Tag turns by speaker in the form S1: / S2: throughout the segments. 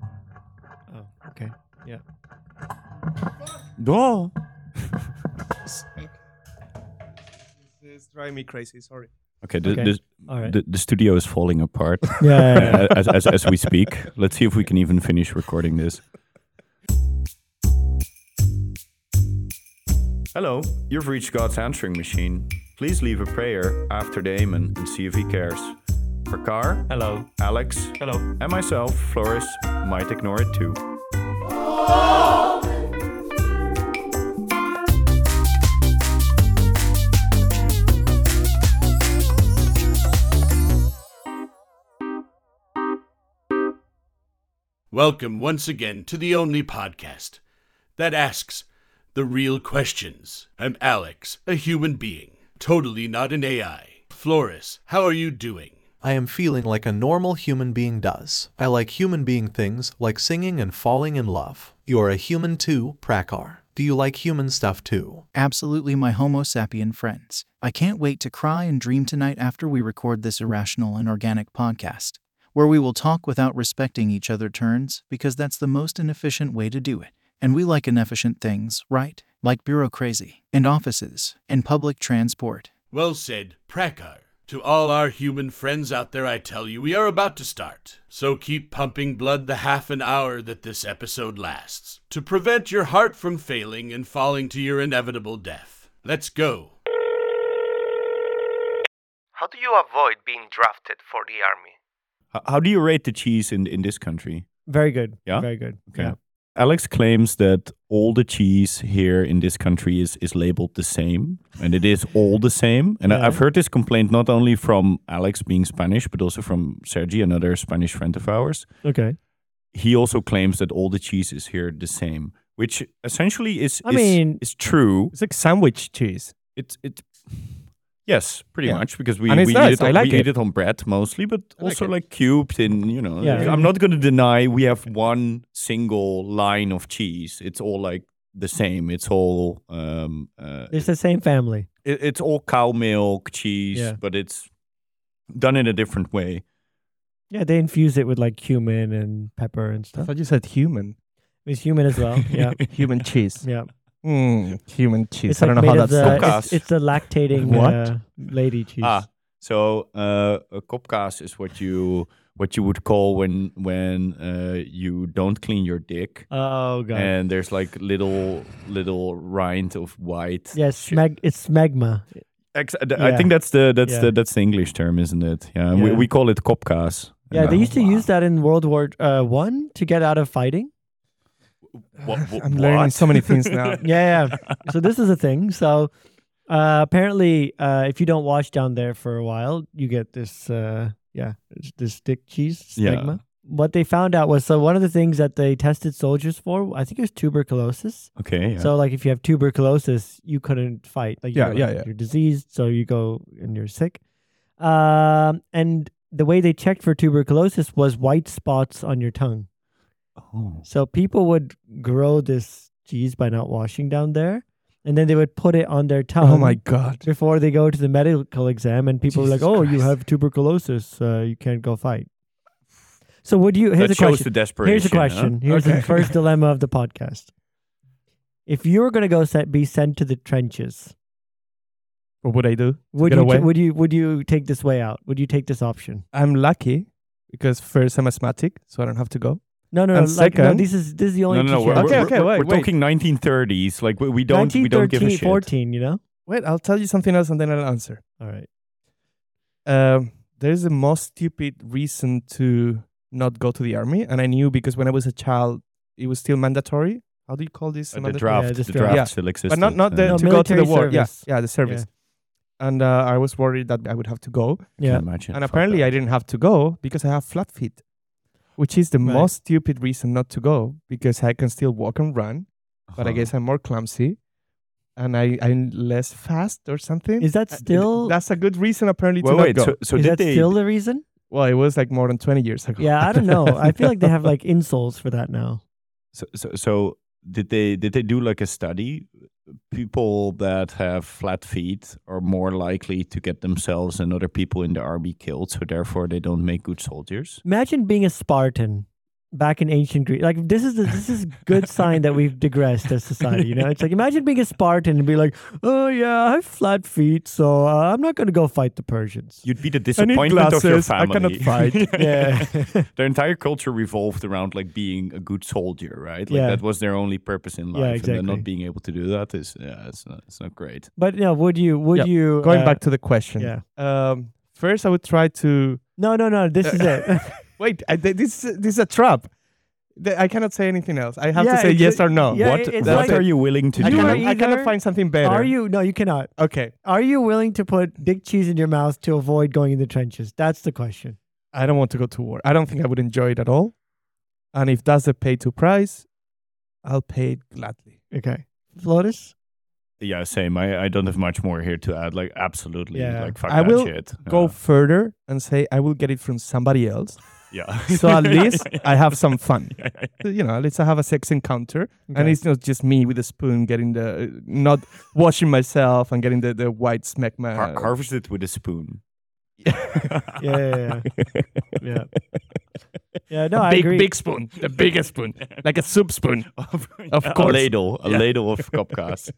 S1: Uh, Yeah.
S2: Duh.
S1: This is driving me crazy. Sorry.
S3: Okay, the,
S1: Okay.
S3: The,
S1: All right.
S3: the, the studio is falling apart
S1: Yeah. yeah, yeah.
S3: uh, as, as, as we speak. Let's see if we can even finish recording this. Hello, you've reached God's answering machine. Please leave a prayer after Damon and see if he cares. For Car,
S1: Hello.
S3: Alex,
S1: Hello.
S3: and myself, Floris, might ignore it too.
S4: Welcome once again to the only podcast that asks the real questions. I'm Alex, a human being, totally not an AI. Floris, how are you doing?
S5: I am feeling like a normal human being does. I like human being things like singing and falling in love. You're a human too, Prakar. Do you like human stuff too?
S6: Absolutely, my Homo sapien friends. I can't wait to cry and dream tonight after we record this irrational and organic podcast, where we will talk without respecting each other turns because that's the most inefficient way to do it. And we like inefficient things, right? Like bureaucracy, and offices, and public transport.
S4: Well said, Prakar. To all our human friends out there, I tell you, we are about to start. So keep pumping blood the half an hour that this episode lasts to prevent your heart from failing and falling to your inevitable death. Let's go.
S7: How do you avoid being drafted for the army?
S3: H- how do you rate the cheese in, in this country?
S1: Very good.
S3: Yeah?
S1: Very good.
S3: Okay.
S1: Yeah.
S3: Alex claims that all the cheese here in this country is, is labeled the same, and it is all the same. And I,
S1: Yeah.
S3: I've heard this complaint not only from Alex being Spanish, but also from Sergi, another Spanish friend of ours.
S1: Okay.
S3: He also claims that all the cheese is here the same, which essentially is
S1: I
S3: is,
S1: mean-
S3: is true.
S1: It's like sandwich cheese.
S3: It's it, yes, pretty
S1: Yeah.
S3: much because we
S1: And it's
S3: we,
S1: nice,
S3: eat, it on,
S1: I like
S3: we eat
S1: it.
S3: it on bread mostly, but
S1: I like
S3: also
S1: it.
S3: like cubed in you know.
S1: Yeah.
S3: I'm not going to deny we have one single line of cheese. It's all like the same. It's all um uh,
S1: It's the same family.
S3: it, it's all cow milk cheese,
S1: Yeah.
S3: but it's done in a different way.
S1: Yeah, they infuse it with like cumin and pepper and
S8: I
S1: stuff.
S8: thought you said human.
S1: It's human as well. Yeah.
S8: Human cheese.
S1: Yeah.
S8: Mm, human cheese.
S1: It's
S8: I don't
S1: like
S8: know how
S1: made
S8: that's
S1: of the-
S3: Coca.
S8: cooked.
S1: it's, it's the lactating
S8: What?
S1: uh, lady cheese.
S3: Ah, so uh, a kopkaas is what you what you would call when when uh, you don't clean your dick.
S1: Oh god.
S3: and there's like little little rind of white.
S1: yes,
S3: shit.
S1: mag- it's magma.
S3: Ex- th- I
S1: yeah.
S3: think that's the that's
S1: Yeah.
S3: the that's the English term, isn't it? Yeah, We,
S1: Yeah.
S3: we call it kopkaas.
S1: Yeah, they used to use that in World War uh, One to get out of fighting.
S8: I'm learning so many things now.
S1: yeah, yeah. So this is a thing. So uh, apparently, uh, if you don't wash down there for a while, you get this. Uh, yeah, it's this dick cheese
S3: Yeah.
S1: stigma. What they found out was so one of the things that they tested soldiers for, I think it was tuberculosis.
S3: Okay. Yeah.
S1: So like if you have tuberculosis, you couldn't fight. Like you
S8: Yeah,
S1: were-
S8: yeah, yeah.
S1: You're diseased, so you go and you're sick. Um, and the way they checked for tuberculosis was white spots on your tongue.
S3: Oh.
S1: So people would grow this cheese by not washing down there, and then they would put it on their tongue.
S8: Oh my god.
S1: Before they go to the medical exam, and people are
S8: Jesus
S1: like, "Oh, you
S8: Christ.
S1: have tuberculosis. Uh, you can't go fight." So would you? Here's
S3: that
S1: a
S3: shows
S1: question.
S3: the desperation.
S1: Here's a
S3: huh?
S1: question. Here's the
S8: Okay.
S1: first dilemma of the podcast. If you were going to go set, be sent to the trenches,
S8: What would I do? to
S1: would
S8: get
S1: you
S8: away?
S1: would you would you take this way out? Would you take this option?
S8: I'm lucky because first I'm asthmatic, so I don't have to go.
S1: No, no,
S8: And
S1: no. Like, no
S8: second-
S1: this is this is the
S3: No,
S1: only.
S3: no, no.
S1: teacher-
S3: We're,
S8: Okay,
S3: we're-
S8: okay,
S3: we're-
S8: wait,
S3: we're
S8: wait.
S3: talking 1930s. Like we, we don't we don't give a
S1: 1913,
S3: shit. Uh,
S1: 14, You know.
S8: Wait, I'll tell you something else and then I'll answer.
S1: All right.
S8: Um, there's the most stupid reason to not go to the army, and I knew because when I was a child, it was still mandatory. How do you call this?
S3: Uh, the
S8: Mandatory?
S3: draft,
S1: Yeah,
S3: the
S1: just
S3: draft,
S1: draft.
S8: Yeah.
S3: still exists.
S8: but not not the,
S1: No,
S8: to go to
S1: military
S8: the war. Yeah,
S1: service.
S8: yeah, the service. And uh, I was worried that I would have to go,
S1: Yeah.
S8: and apparently I didn't have to go because I have flat feet, which is the
S1: Right.
S8: most stupid reason not to go because I can still walk and run, but I guess I'm more clumsy, and I I'm less fast or something.
S1: Is that
S8: Uh, th-
S1: still
S8: That's a good reason apparently
S3: Well,
S8: to
S3: wait.
S8: not go.
S3: So, so
S1: is
S3: did
S1: that
S3: they?
S1: still the reason?
S8: well, it was like more than twenty years ago.
S1: Yeah, I don't know. I feel like they have like insoles for that now.
S3: So, so, so did they did they do like a study? People that have flat feet are more likely to get themselves and other people in the army killed, so therefore they don't make good soldiers.
S1: Imagine being a Spartan back in ancient Greece. Like this is this is good sign that we've digressed as society. You know, it's like imagine being a Spartan and be like, oh yeah, I have flat feet, so uh, I'm not gonna go fight the Persians.
S3: You'd be the
S8: I need
S3: disappointment of your
S8: glasses. I
S3: family.
S8: cannot fight.
S1: Yeah,
S3: their entire culture revolved around like being a good soldier, right? Like
S1: Yeah.
S3: that was their only purpose in
S1: Yeah,
S3: life, and then
S1: exactly.
S3: not being able to do that is yeah, it's not, it's not great.
S1: but yeah, would you? Would
S8: Yeah,
S1: you?
S8: Going
S1: uh,
S8: back to the question.
S1: yeah.
S8: Um, first, I would try to
S1: No, no, no. This is it.
S8: wait. I, th- this this is a trap. Th- I cannot say anything else. I have
S1: Yeah,
S8: to say
S1: it's
S8: yes
S1: a-
S8: or no.
S1: yeah,
S3: what
S1: it- it's
S3: what
S1: like-
S3: are you willing to
S1: I
S8: I
S3: do?
S1: You are
S8: cannot, I cannot
S1: either-
S8: find something better.
S1: Are you? No, you cannot.
S8: Okay.
S1: Are you willing to put dick cheese in your mouth to avoid going in the trenches? That's the question.
S8: I don't want to go to war. I don't think I would enjoy it at all. And if that's the pay to price, I'll pay it gladly.
S1: Okay, Flotus.
S3: Yeah, same. I, I don't have much more here to add. Like absolutely,
S1: Yeah.
S3: like fuck
S8: I
S3: that
S8: will
S3: shit. Uh,
S8: Go
S3: Yeah.
S8: further and say I will get it from somebody else.
S3: yeah.
S8: So at least I have some fun.
S3: Yeah, yeah, yeah.
S8: You know, at least I have a sex encounter, and
S1: Okay.
S8: it's not just me with a spoon getting the not washing myself and getting the, the white smack my.
S3: Har- harvest it with a spoon.
S1: Yeah, yeah, yeah. Yeah, no, I
S8: big
S1: agree.
S8: big spoon, the biggest spoon, like a soup spoon. Of
S3: a
S8: course.
S3: ladle, a
S8: Yeah.
S3: ladle of copcast.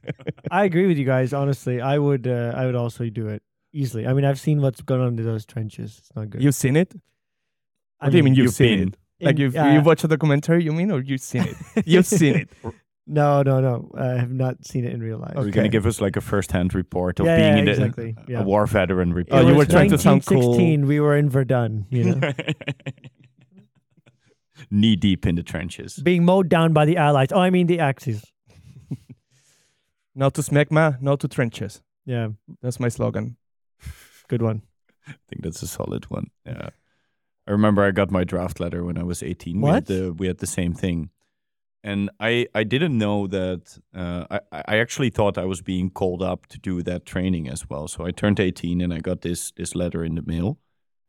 S1: I agree with you guys. Honestly, I would. Uh, I would also do it easily. I mean, I've seen what's going on in those trenches. It's not good.
S8: You've seen it?
S1: I
S8: what do you mean you've,
S3: You've
S8: seen
S3: been.
S8: it? Like
S1: in-
S8: you've,
S1: uh,
S8: you watched a documentary, you mean, or you've seen it? You've seen it.
S1: No, no, no. I have not seen it in real life.
S3: Are you gonna give us like a first-hand report of
S1: Yeah,
S3: being
S1: yeah,
S3: in the,
S1: exactly.
S3: a
S1: Yeah.
S3: war veteran report?
S8: Oh,
S1: It
S8: you
S1: was
S8: were trying to sound cool.
S1: 1916, We were in Verdun. You know,
S3: knee deep in the trenches.
S1: being mowed down by the Allies. Oh, I mean the Axis.
S8: Not to smegma, not to trenches.
S1: Yeah,
S8: That's my slogan.
S1: good one.
S3: I think that's a solid one. Yeah. I remember I got my draft letter when I was 18. We
S1: What?
S3: had the, we had the same thing. And I, I didn't know that. Uh, I, I I actually thought I was being called up to do that training as well. So I turned 18 and I got this, this letter in the mail.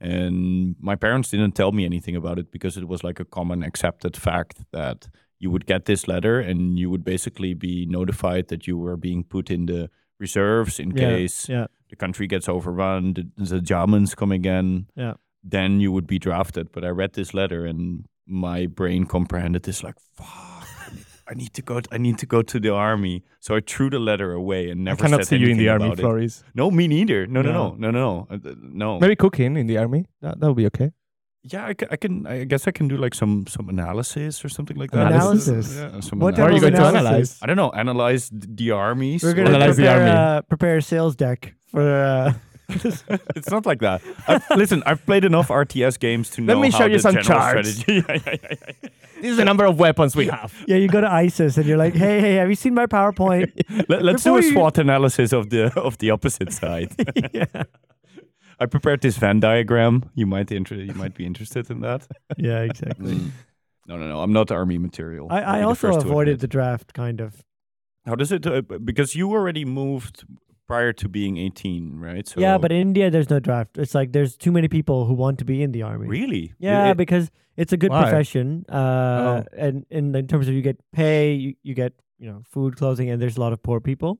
S3: And my parents didn't tell me anything about it because it was like a common accepted fact that you would get this letter and you would basically be notified that you were being put in the reserves in
S1: Yeah,
S3: case
S1: yeah.
S3: the country gets overrun, the, the Germans come again,
S1: Yeah.
S3: then you would be drafted. But I read this letter and my brain comprehended this like, fuck, I need to go. I need to go to the army. So I threw the letter away and never.
S8: I cannot
S3: said
S8: see you in
S3: anything
S8: the army,
S3: about it.
S8: Floris.
S3: No, me neither. No, no, no, no, no, no. Uh, no.
S8: Maybe cooking in the army. That that would be okay.
S3: Yeah, I ca- I can, I guess I can do like some some analysis or something like that.
S1: Analysis?
S3: Yeah, some
S1: What type
S8: How are
S1: of
S8: you going to
S1: analysis?
S8: analyze?
S3: I don't know. Analyze th- the armies.
S1: We're
S3: or-
S1: gonna
S8: Analyze the
S1: prepare,
S8: army.
S1: Uh, prepare a sales deck for. Uh,
S3: it's not like that. I've, listen, I've played enough RTS games to know.
S8: Let me
S3: how
S8: show you
S3: the
S8: some
S3: general
S8: charts.
S3: strategy- Yeah, yeah, yeah, yeah.
S8: This is the number of weapons we have.
S1: yeah, you go to ISIS and you're like, hey, hey, have you seen my PowerPoint?
S3: Let, let's do
S1: Before
S3: a
S1: you-
S3: SWOT analysis of the of the opposite side. I prepared this Venn diagram. You might inter- you might be interested in that.
S1: yeah, exactly.
S3: No, no, no. I'm not army material. I'll
S1: I, I
S3: be the
S1: also
S3: first to
S1: avoided the
S3: admit.
S1: draft, kind of.
S3: How does it? Uh, b- because you already moved prior to being 18, right? So
S1: Yeah, but in India, there's no draft. It's like there's too many people who want to be in the army.
S3: really,
S1: Yeah,
S3: It- Oh. it-
S1: because it's a good
S8: Why?
S1: profession. Uh, and, and in terms of you get pay, you, you get you know food, clothing, and there's a lot of poor people.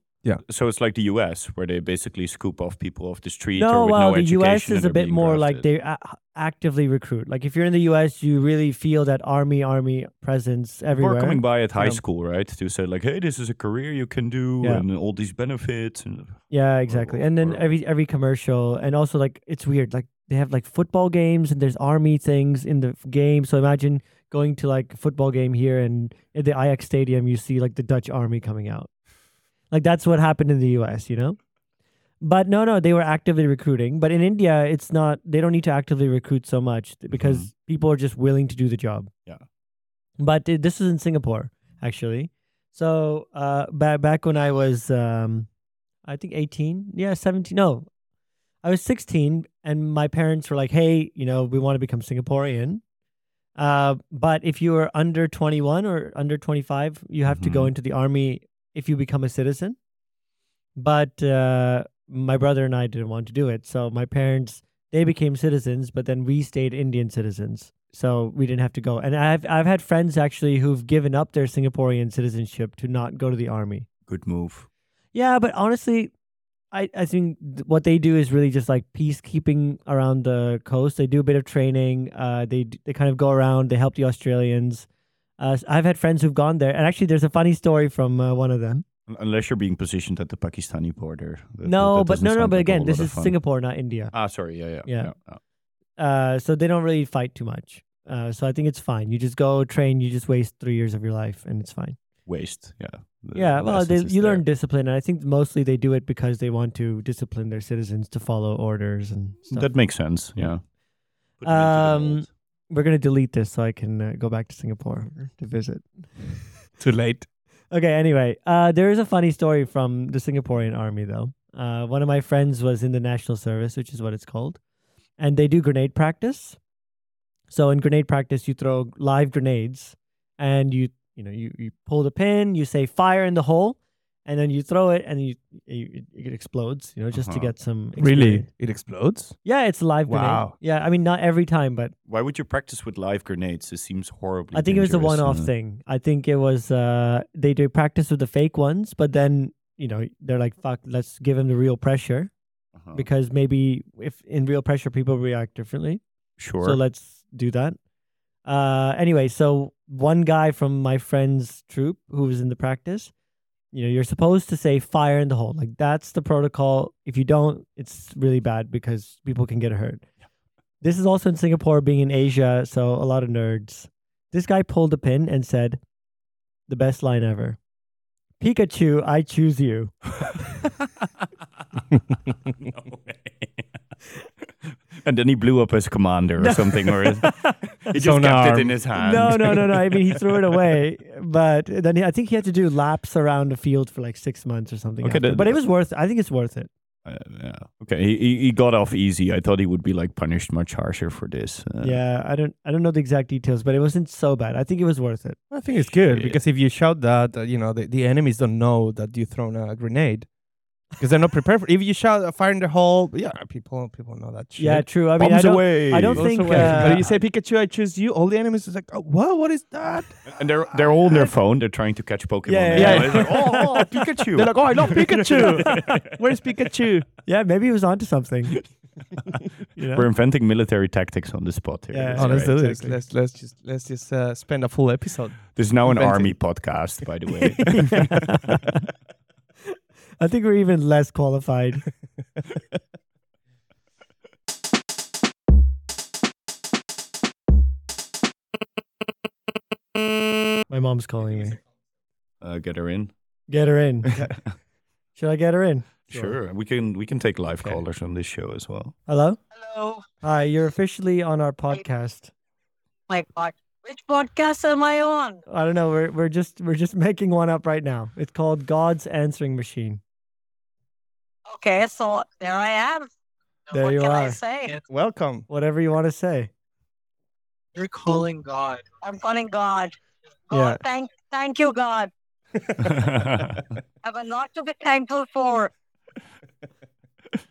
S3: so it's like the U.S. where they basically scoop off people off the street. or
S1: No,
S3: with
S1: well,
S3: no
S1: the U.S.
S3: education and
S1: is a
S3: they're
S1: bit
S3: being
S1: more like
S3: drafted.
S1: they a- actively recruit. Like if you're in the U.S., you really feel that army, army presence
S3: People
S1: everywhere.
S3: are coming by at high
S1: Yeah.
S3: school, right, to say like, "Hey, this is a career you can do,
S1: Yeah.
S3: and all these benefits." And
S1: Yeah, exactly. And then
S3: or-
S1: every every commercial, and also like it's weird. Like they have like football games, and there's army things in the f- game. So imagine going to like a football game here, and at the Ajax Stadium, you see like the Dutch army coming out. Like that's what happened in the U.S. You know. But no, no, they were actively recruiting. But in India, it's not. They don't need to actively recruit so much th- because people are just willing to do the job.
S3: Mm-hmm. Yeah.
S1: But uh, this is in Singapore, actually. So uh, back back when I was, um, I think eighteen, yeah, seventeen. No, I was sixteen, and my parents were like, "Hey, you know, we want to become Singaporean, uh, but if you are under twenty one or under twenty five, you have to go
S3: Mhm.
S1: into the army if you become a citizen." But uh, my brother and I didn't want to do it, so my parents they became citizens, but then we stayed Indian citizens. So we didn't have to go. And I've I've had friends actually who've given up their Singaporean citizenship to not go to the army.
S3: good move.
S1: Yeah, but honestly, I, I think th- what they do is really just like peacekeeping around the coast. They do a bit of training. Uh, they d- they kind of go around. They help the Australians. Uh, s- I've had friends who've gone there, and actually, there's a funny story from uh, one of them.
S3: Un- Unless you're being positioned at the Pakistani border. That-
S1: no,
S3: that
S1: but
S3: doesn't
S1: no, no,
S3: sound
S1: but
S3: like a
S1: again,
S3: whole
S1: this
S3: lot of
S1: is
S3: fun.
S1: Singapore, not India.
S3: Ah, sorry. Yeah, yeah.
S1: Yeah.
S3: yeah.
S1: Uh, so they don't really fight too much. Uh, so I think it's fine. You just go train. You just waste three years of your life, and it's fine.
S3: Waste. Yeah. The-
S1: yeah,
S3: the
S1: well, they,
S3: lessons is
S1: you
S3: there.
S1: learn discipline, and I think mostly they do it because they want to discipline their citizens to follow orders and stuff.
S3: That makes sense. Yeah. Put them into the
S1: Um,
S3: mold.
S1: We're gonna delete this so I can uh, go back to Singapore to visit.
S8: Too late.
S1: Okay, anyway, uh, there is a funny story from the Singaporean army, though. Uh, one of my friends was in the National Service, which is what it's called, and they do grenade practice. So in grenade practice, you throw live grenades, and you you know you, you pull the pin, you say fire in the hole, and then you throw it, and you, you it explodes, you know, just to
S3: Uh-huh.
S1: get some
S8: Really?
S1: experience.
S8: It explodes?
S1: yeah, it's a live grenade.
S8: Wow.
S1: Yeah, I mean not every time, but
S3: Why would you practice with live grenades? It seems horribly.
S1: I think it was a
S3: dangerous,
S1: one-off
S3: uh,
S1: thing. I think it was uh, they do practice with the fake ones, but then you know they're like, "Fuck, let's give him the real pressure
S3: uh-huh.
S1: because maybe if in real pressure people react differently,
S3: Sure.
S1: so let's do that." Uh, anyway, so one guy from my friend's troop who was in the practice, you know, you're supposed to say "fire in the hole," like that's the protocol. If you don't, it's really bad because people can get hurt. This is also in Singapore, being in Asia, so a lot of nerds. This guy pulled a pin and said, the best line ever Pikachu, I choose you.
S3: no way. and then he blew up his commander or something, or his, he just kept
S8: Sonar.
S3: it in his hand.
S1: No, no, no, no. I mean, he threw it away, but then he, I think he had to do laps around the field for like six months or something.
S3: Okay,
S1: after.
S3: that-
S1: but it was worth. I think it's worth it.
S3: Uh, yeah. Okay. He, he he got off easy. I thought he would be like punished much harsher for this. Uh,
S1: yeah, I don't, I don't know the exact details, but it wasn't so bad. I think it was worth it.
S8: I think it's good
S3: Shit.
S8: because if you shout that, uh, you know, the, the enemies don't know that you thrown a grenade because they're not prepared. For, if you shout a fire in the hole, yeah, people people know that shit.
S1: Yeah, true. I mean, I
S3: Bombs
S1: don't,
S3: away.
S1: I don't
S8: Goes
S1: think.
S8: away.
S1: Uh,
S8: but you say Pikachu, I choose you. All the enemies is like, oh, what? What is that?
S3: And they're they're all on their phone. They're trying to catch Pokemon.
S1: Yeah,
S3: now.
S1: yeah.
S3: It's like, oh, oh, Pikachu.
S8: They're like, oh, I love Pikachu. Where's Pikachu?
S1: yeah, maybe he was onto something. you know?
S3: We're inventing military tactics on the spot here.
S1: Yeah.
S3: That's
S8: Oh, let's
S3: great.
S8: do this. Let's let's just let's just uh, spend a full episode.
S3: This is now an
S8: Inventing-
S3: army podcast, by the way.
S1: I think we're even less qualified. My mom's calling me.
S3: uh, get her in.
S1: Get her in. Should I get her in?
S3: Sure. We can we can take live callers on this show as well.
S1: Hello?
S2: Hello.
S1: Hi, you're officially on our podcast.
S2: My God. Which podcast am I on?
S1: I don't know, we're we're just we're just making one up right now. It's called God's Answering Machine.
S2: Okay, so there I am.
S1: There
S2: what
S1: you
S2: can I
S1: are.
S2: say?
S8: Welcome.
S1: Whatever you want to say.
S9: You're calling God.
S2: I'm calling God. God,
S1: Yeah.
S2: thank, thank you, God. I have a lot to be thankful for.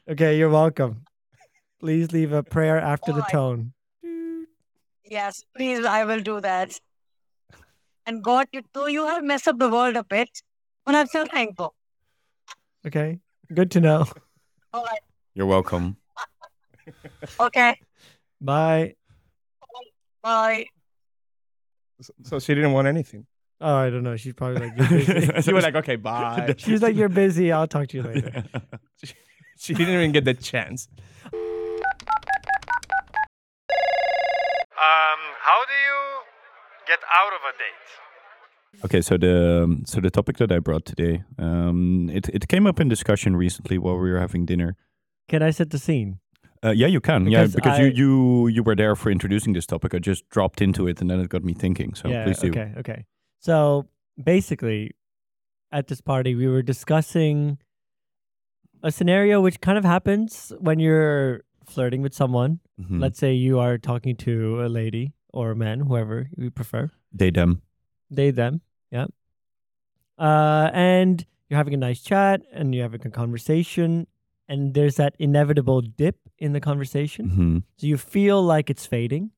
S1: Okay, you're welcome. Please leave a prayer after the
S2: Alright.
S1: tone.
S2: Yes, please, I will do that. And God, you, though you have messed up the world a bit, but I'm still thankful.
S1: Okay? Good to know.
S2: All right.
S3: You're welcome.
S2: Okay.
S1: Bye.
S2: Bye.
S8: So she didn't want anything.
S1: Oh, I don't know. She's probably like, you're busy.
S8: you were like, okay, bye.
S1: She's like, you're busy. I'll talk to you later.
S8: she didn't even get the chance.
S7: Um, how do you get out of a date?
S3: Okay, so the um, so the topic that I brought today, um, it it came up in discussion recently while we were having dinner.
S1: Can I set the scene?
S3: Uh, yeah, you can. yeah,
S1: Because
S3: because
S1: I-
S3: you you you were there for introducing this topic. I just dropped into it, and then it got me thinking. So
S1: yeah.
S3: please do.
S1: Okay. Okay. So basically, at this party, we were discussing a scenario which kind of happens when you're flirting with someone.
S3: Mhm.
S1: Let's say you are talking to a lady or a man, whoever you prefer.
S3: They them.
S1: they them yeah uh and you're having a nice chat and you're having a conversation and there's that inevitable dip in the conversation
S3: hmm
S1: so you feel like it's fading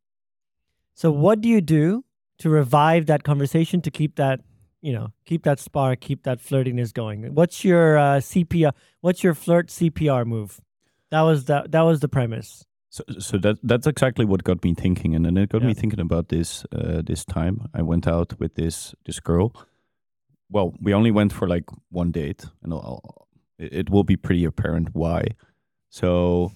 S1: so what do you do to revive that conversation to keep that you know, keep that spark, keep that flirtiness going. What's your uh, CPR? What's your flirt CPR move? That was that. That was the premise.
S3: So, so that that's exactly what got me thinking, and then it got
S1: Yeah.
S3: me thinking about this uh, this time. I went out with this this girl. Well, we only went for like one date, and I'll, it, it will be pretty apparent why. So,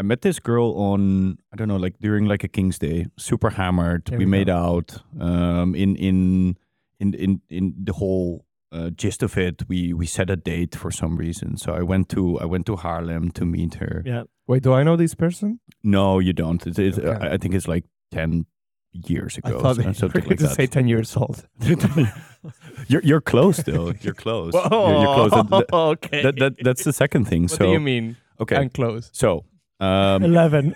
S3: I met this girl on I don't know, like during like a King's Day, super hammered.
S1: There
S3: we
S1: we
S3: made
S1: go.
S3: out um, in in in in in the whole uh, gist of it. We we set a date for some reason. So I went to I went to Harlem to meet her.
S1: Yeah.
S8: Wait, do I know this person?
S3: No, you don't. It's, it's,
S8: Okay.
S3: I I think it's like 10 years
S8: I
S3: ago.
S8: thought
S3: so-
S8: they were
S3: something
S8: going
S3: like
S8: to
S3: that.
S8: say 10 years old.
S3: you're, you're close, though. You're close. You're- you're, close. That- that-
S8: okay.
S3: that- that- that's the second thing.
S8: what
S3: so,
S8: do you mean?
S3: okay.
S8: I'm close.
S3: so, um,
S1: Eleven.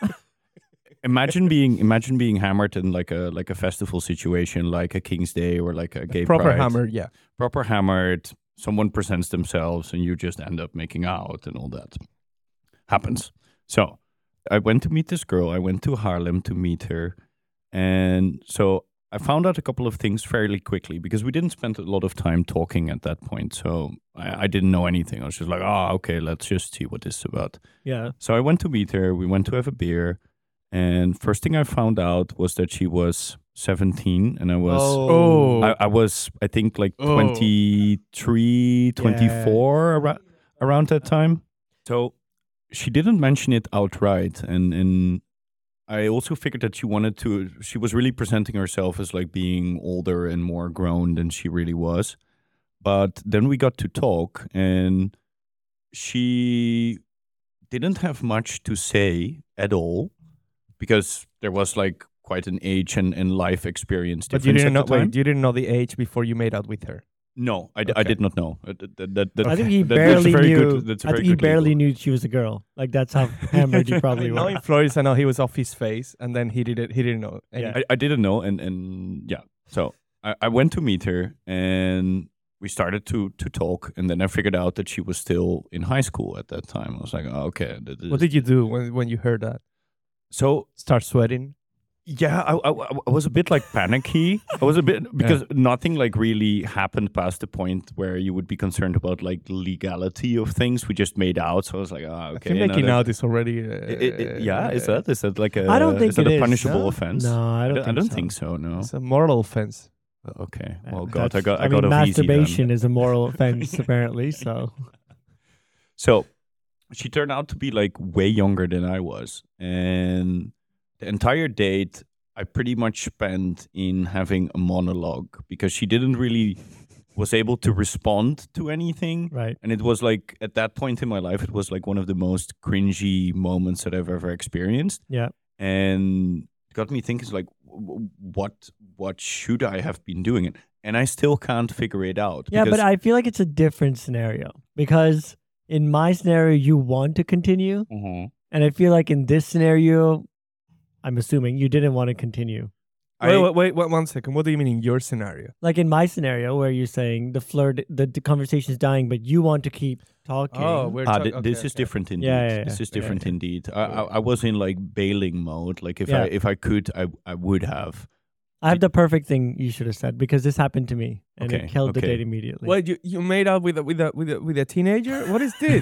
S3: imagine being imagine being hammered in like a like a festival situation, like a King's Day or like a gay
S8: Proper
S3: pride.
S8: hammered, yeah.
S3: Proper hammered. Someone presents themselves, and you just end up making out and all that happens. So, I went to meet this girl. I went to Harlem to meet her, and so I found out a couple of things fairly quickly because we didn't spend a lot of time talking at that point. So I, I didn't know anything. I was just like, oh, okay, let's just see what this is about.
S1: yeah.
S3: So I went to meet her. We went to have a beer. And first thing I found out was that she was 17 and I was
S8: Oh.
S3: I, I was I think like
S8: Oh.
S3: 23,
S1: Yeah.
S3: 24 arou- around that time. So she didn't mention it outright and and I also figured that she wanted to she was really presenting herself as like being older and more grown than she really was. But then we got to talk and she didn't have much to say at all because there was like quite an age and, and life experience
S8: But
S3: difference
S8: you didn't
S3: at
S8: know.
S3: the time.
S8: Wait, you didn't know the age before you made out with her.
S3: No, I, d- I
S8: Okay.
S3: did not know. Uh, th- th- that- that-
S1: I think he
S3: that- that's a
S1: barely
S3: very
S1: knew.
S3: Good, that's a
S1: I
S3: very
S1: think he
S3: good legal.
S1: barely knew she was a girl. Like that's how hammered he probably
S8: I know
S1: was.
S8: in Flores, I know he was off his face, and then he didn't. He didn't know. any-
S1: Yeah.
S3: I, I didn't know, and and yeah. So I, I went to meet her, and we started to to talk, and then I figured out that she was still in high school at that time. I was like, oh, okay. th- th-
S8: What did you do when, when you heard that?
S3: so
S8: Start sweating.
S3: Yeah, I, I, I was a bit like panicky. I was a bit because nothing like really happened past the point where you would be concerned about like legality of things. We just made out, so I was like, ah, okay.
S8: I
S3: you
S8: think
S3: know,
S8: making
S3: that-
S8: out is already. Uh,
S3: I- I- I- yeah, is that is that like a?
S1: I don't think
S3: is that
S1: it
S3: a
S1: is,
S3: punishable
S1: no?
S3: offense.
S1: No, I don't.
S3: I don't think so. No.
S8: It's a moral offense.
S3: Okay.
S1: Uh,
S3: Well, God, I
S1: that's-
S3: got I,
S1: I mean,
S3: got off easy then.
S1: masturbation is a moral offense apparently. So
S3: So she turned out to be like way younger than I was. And the entire date I pretty much spent in having a monologue because she didn't really was able to respond to anything.
S1: right.
S3: And it was like at that point in my life, it was like one of the most cringy moments that I've ever experienced.
S1: Yeah.
S3: And it got me thinking it's like w- w- what what should I have been doing? And- And I still can't figure it out.
S1: Yeah,
S3: because-
S1: but I feel like it's a different scenario because in my scenario you want to continue,
S8: Mm-hmm.
S3: Mhm.
S1: and I feel like in this scenario, I'm assuming you didn't want to continue.
S3: I-
S8: Wait, wait, wait, wait, one second. What do you mean in your scenario?
S1: Like in my scenario where you're saying the flirt, the, the conversation is dying, but you want to keep talking.
S8: Oh, we're
S3: Ah,
S8: talk-
S3: thi- this
S8: okay,
S3: is
S8: okay.
S3: different indeed.
S1: yeah, yeah.
S3: This is
S1: Yeah,
S3: different
S1: yeah.
S3: indeed. I, I, I was in like bailing mode. Like if I
S1: Yeah.
S3: if I could, I I would have.
S1: I have the perfect thing you should have said because this happened to me and
S3: Okay,
S1: it killed the
S3: okay.
S1: date immediately.
S8: Wait, you, you made out with a, with a with a with a teenager? What is this?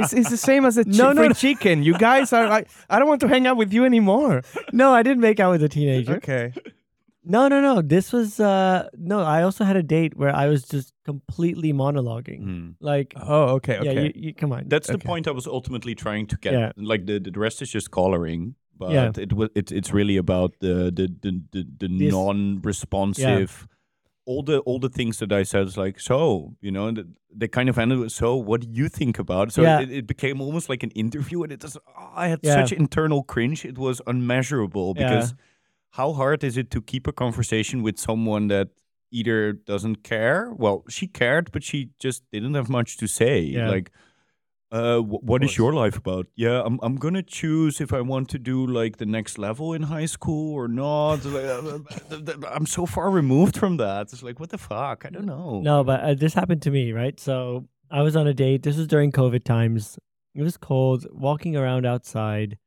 S8: It's, it's the same as a chi-
S1: No, no,
S8: free
S1: no.
S8: chicken. You guys are like, I don't want to hang out with you anymore.
S1: No, I didn't make out with a teenager.
S8: Okay.
S1: No, no, no. This was uh no, I also had a date where I was just completely monologuing.
S3: Hmm.
S1: Like
S8: Oh, okay, okay.
S1: yeah, you, you come on.
S3: That's the
S8: Okay.
S3: point I was ultimately trying to get.
S1: Yeah.
S3: Like the, the rest is just coloring, but
S1: Yeah.
S3: it was it, it's really about the the the the, the
S1: This-
S3: non-responsive. All the all the things that I said is like so you know and th- they kind of ended with so what do you think about so
S1: Yeah.
S3: it, it became almost like an interview and it just oh, I had
S1: Yeah.
S3: such internal cringe it was unmeasurable
S1: Yeah.
S3: because how hard is it to keep a conversation with someone that either doesn't care well she cared but she just didn't have much to say
S1: Yeah.
S3: like uh, wh- what is your life about? Yeah, I'm I'm gonna choose if I want to do like the next level in high school or not. Like, uh, th- th- I'm so far removed from that. It's like what the fuck? I don't know.
S1: No, but uh, this happened to me, right? So I was on a date. This was during COVID times. It was cold, walking around outside,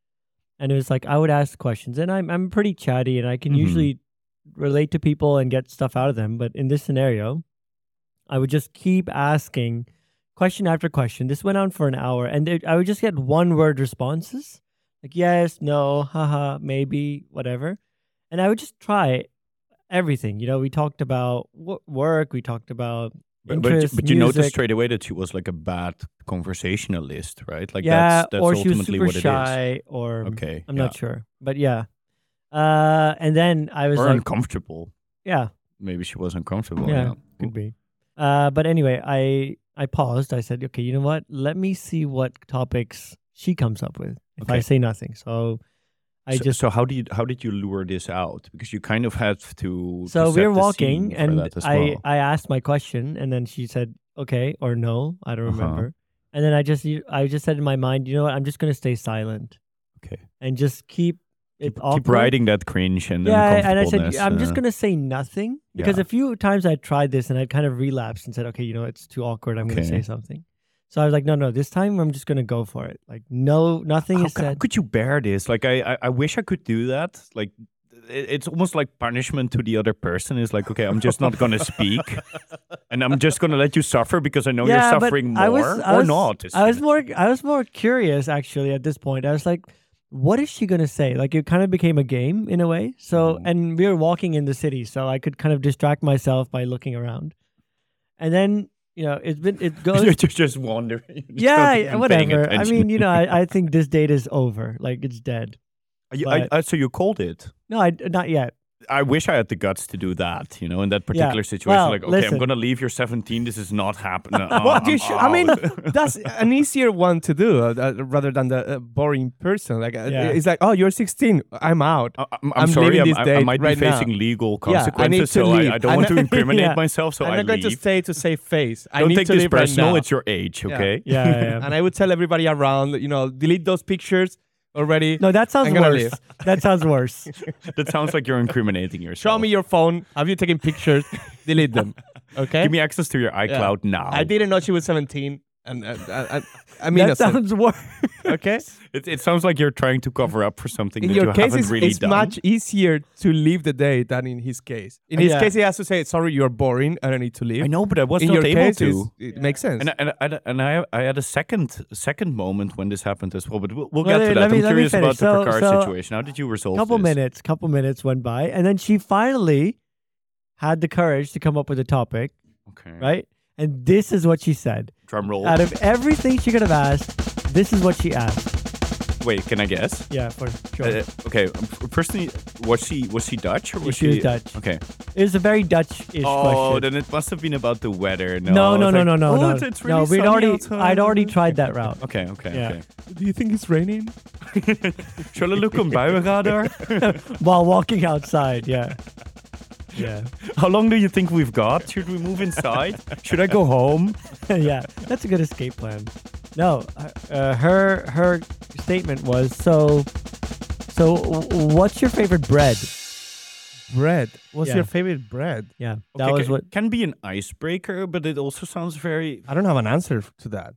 S1: and it was like I would ask questions, and I'm I'm pretty chatty, and I can
S3: Mhm.
S1: usually relate to people and get stuff out of them. But in this scenario, I would just keep asking question after question. This went on for an hour, and it, I would just get one word responses like yes, no, haha, maybe, whatever. And I would just try everything. You know, we talked about wo- work, we talked about
S3: But, but, you-
S1: interest,
S3: but you noticed
S1: music.
S3: straight away that she was like a bad conversationalist, right? Like
S1: yeah,
S3: that's that's
S1: or she was
S3: ultimately
S1: super
S3: what
S1: shy,
S3: it
S1: or
S3: is. Okay.
S1: I'm
S3: yeah.
S1: not sure, but yeah. Uh, and then I was
S3: Or
S1: like,
S3: uncomfortable.
S1: yeah,
S3: Maybe she was uncomfortable.
S1: Yeah,
S3: Yeah.
S1: Could be. Uh, but anyway, I I paused. I said, okay, you know what? Let me see what topics she comes up with. If I
S3: Okay.
S1: say nothing, so I
S3: so,
S1: just
S3: so how do you how did you lure this out? Because you kind of had to. to
S1: so
S3: set
S1: we were
S3: the
S1: walking,
S3: scene for
S1: and
S3: that as
S1: I
S3: well.
S1: I asked my question, and then she said, okay or no, I don't
S3: Uh-huh.
S1: remember. And then I just I just said in my mind, you know what? I'm just gonna stay silent
S3: okay.
S1: and just keep it
S3: Keep, keep
S1: awkward.
S3: riding that cringe and
S1: Yeah, and I said
S3: uncomfortableness,
S1: I'm
S3: uh,
S1: just gonna say nothing because
S3: yeah.
S1: a few times I tried this and I kind of relapsed and said, okay, you know, it's too awkward. I'm gonna say
S3: Okay.
S1: something. So I was like, no, no, this time I'm just gonna go for it. Like, no, nothing
S3: How,
S1: is
S3: ca- how
S1: said.
S3: could you bear this? Like, I, I, I wish I could do that. Like, it, it's almost like punishment to the other person. Is like, okay, I'm just not gonna speak, and I'm just gonna let you suffer because I know you're suffering more
S1: I was, I
S3: or
S1: was,
S3: not. It's-
S1: I was more, I was more curious actually at this point. I was like, what is she gonna say? Like, it kind of became a game in a way. So,
S3: Mhm.
S1: and we were walking in the city, so I could kind of distract myself by looking around, and then. You know, it's been it goes.
S3: You're just, just wandering. You just
S1: yeah,
S3: don't
S1: I-
S3: even paying
S1: whatever. I
S3: attention.
S1: mean, you know, I, I think this date is over. Like it's dead.
S3: You- I-
S1: but-
S3: I- so you called it.
S1: No, I, not yet.
S3: I wish I had the guts to do that, you know, in that particular situation.
S1: Well,
S3: like, okay,
S1: listen.
S3: I'm gonna leave. You're 17. This is not happening.
S8: Well, you should- I mean, That's an easier one to do uh, uh, rather than the uh, boring person. Like uh,
S1: Yeah.
S8: it's like, oh, you're 16, I'm out.
S3: I- I'm, I'm
S8: I'm
S3: sorry.
S8: leaving
S3: I'm,
S8: this
S3: I, I
S8: date
S3: might
S8: right
S3: be
S8: now.
S3: facing legal
S8: Yeah, I need
S3: consequences,
S8: to
S3: so
S8: leave.
S3: I, I don't want to
S8: Yeah.
S3: incriminate myself. So
S8: I'm
S3: I
S8: not going to
S3: leave.
S8: stay to save face. I
S3: don't
S8: need
S3: take
S8: to
S3: this
S8: leave right
S3: personal.
S8: now.
S3: it's your age,
S8: Yeah.
S3: okay?
S1: Yeah, yeah, yeah.
S8: and I would tell everybody around, you know, delete those pictures already.
S1: No, that sounds
S8: I'm gonna
S1: worse.
S8: leave.
S1: That sounds worse.
S3: that sounds like you're incriminating yourself.
S8: Show me your phone. Have you taken pictures? delete them. Okay.
S3: Give me access to your iCloud now.
S8: I didn't know she was 17, and uh, I, I, I mean,
S1: that sounds worse.
S8: okay.
S3: It, it sounds like you're trying to cover up for something
S8: In
S3: that
S8: your
S3: you
S8: case,
S3: haven't
S8: it's,
S3: really
S8: it's
S3: done.
S8: much easier to leave the day than in his case. In his
S1: Yeah.
S8: case, he has to say, "Sorry, you're boring, and I need to leave."
S3: I know, but I was
S8: in
S3: not
S8: your
S3: able
S8: case,
S3: to.
S8: it's- it makes sense.
S3: And I- and I- and I, and I I had a second second moment when this happened as well, but we'll, we'll
S1: Well,
S3: get to
S1: let- let
S3: that.
S1: me-
S3: I'm
S1: let me
S3: curious about
S1: finish.
S3: the
S1: So-
S3: Picard
S1: so,
S3: situation. How did you resolve
S1: couple
S3: this?
S1: minutes, couple minutes went by, and then she finally had the courage to come up with a topic,
S3: Okay.
S1: right? And this is what she said.
S3: Drum roll.
S1: Out of everything she could have asked, this is what she asked.
S3: Wait, can I guess?
S1: Yeah, for sure.
S3: Uh, okay. um, f- Personally, was she was she Dutch or was
S1: she
S3: she,
S1: was Dutch.
S3: Okay.
S1: it's a very Dutch-ish
S3: Oh,
S1: question.
S3: then it must have been about the weather.
S1: no,
S3: No,
S1: no,
S3: it's
S1: no,
S3: like,
S1: no, no,
S3: "Oh,
S1: no.
S3: It's, it's really
S1: no, we'd
S3: sunny
S1: already,
S3: outside."
S1: I'd already tried that route.
S3: Okay, okay,
S1: Yeah.
S3: okay.
S8: Do you think it's raining?
S3: Shall I look on radar?
S1: while walking outside. Yeah. Yeah.
S3: How long do you think we've got? Should we move inside? Should I go home?
S1: yeah. That's a good escape plan. No, uh, her her statement was so so w- what's your favorite bread?
S8: Bread. What's
S1: Yeah.
S8: your favorite bread?
S1: Yeah. That
S3: Okay,
S1: was
S3: ca-
S1: what
S3: can be an icebreaker, but it also sounds very.
S8: I don't have an answer f- to that.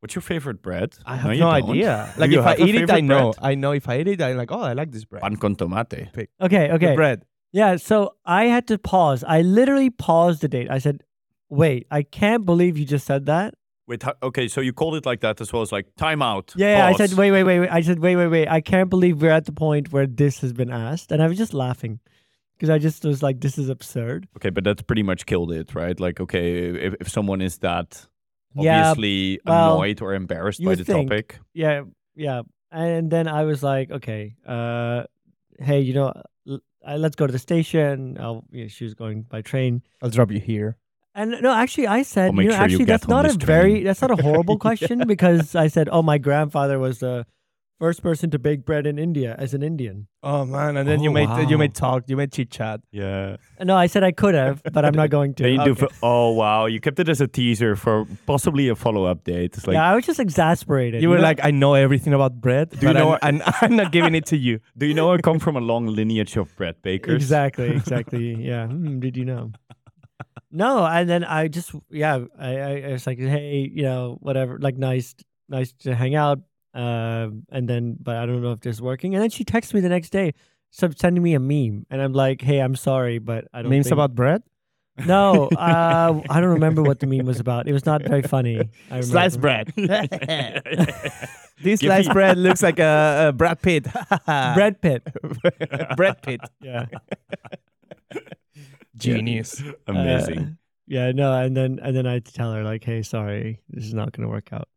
S3: What's your favorite bread?
S8: I have
S3: you
S8: no,
S3: don't.
S8: idea. Like
S3: you
S8: if I
S3: have a
S8: eat it, I
S3: favorite
S8: know.
S3: bread?
S8: I know if I eat it, I'm like, oh, I like this bread.
S3: Pan con tomate.
S1: Okay,
S8: The
S1: okay.
S8: bread.
S1: Yeah, so I had to pause. I literally paused the date. I said, "Wait, I can't believe you just said that."
S3: Wait, ho- okay, so you called it like that as well as like timeout.
S1: Yeah, I
S3: pause.
S1: said, "Wait, wait, wait, wait." I said, "Wait, wait, wait. I can't believe we're at the point where this has been asked." And I was just laughing because I just was like, "This is absurd."
S3: Okay, but that's pretty much killed it, right? Like, okay, if, if someone is that
S1: Yeah,
S3: obviously
S1: well,
S3: annoyed or embarrassed
S1: you
S3: by
S1: would
S3: the
S1: think.
S3: topic,
S1: yeah yeah and then i was like okay uh hey you know l- uh, let's go to the station I'll, you know, she was going by train
S8: I'll drop you here.
S1: and no actually i said
S3: make
S1: you know
S3: sure you
S1: actually
S3: get
S1: that's
S3: on
S1: not a
S3: this
S1: very
S3: train.
S1: that's not a horrible question because i said oh my grandfather was the first person to bake bread in india as an indian
S8: Oh man! And then you
S1: Oh,
S8: made you
S1: wow.
S8: made talk. You made chit chat.
S3: yeah.
S1: no i said i could have but i'm not going to
S3: Then you do.
S1: Okay.
S3: f- Oh wow, you kept it as a teaser for possibly a follow up date. It's like,
S1: yeah i was just exasperated
S8: You were
S1: know?
S8: like, I know everything about bread,
S3: you
S8: but
S3: know what-
S8: I'm, I'm, I'm not giving it to you.
S3: do you know I come from a long lineage of bread bakers?
S1: Exactly, exactly. yeah. Hmm, did you know? No, and then I just yeah, I, I, I was like, hey, you know, whatever, like nice, nice to hang out. Um, and then, but I don't know if this is working. And then she texts me the next day, sub sending me a meme, and I'm like, hey, I'm sorry, but I don't
S8: Memes
S1: think-
S8: about bread?
S1: No, uh, I don't remember what the meme was about. It was not very funny. I
S8: Sliced
S1: remember.
S8: bread. this sliced bread looks like a, a Brad Pitt.
S1: Brad Pitt.
S8: Brad Pitt.
S1: Yeah.
S8: Genius.
S1: uh,
S3: Amazing.
S1: Yeah, no, and then and then I tell her like, "Hey, sorry, this is not going to work out."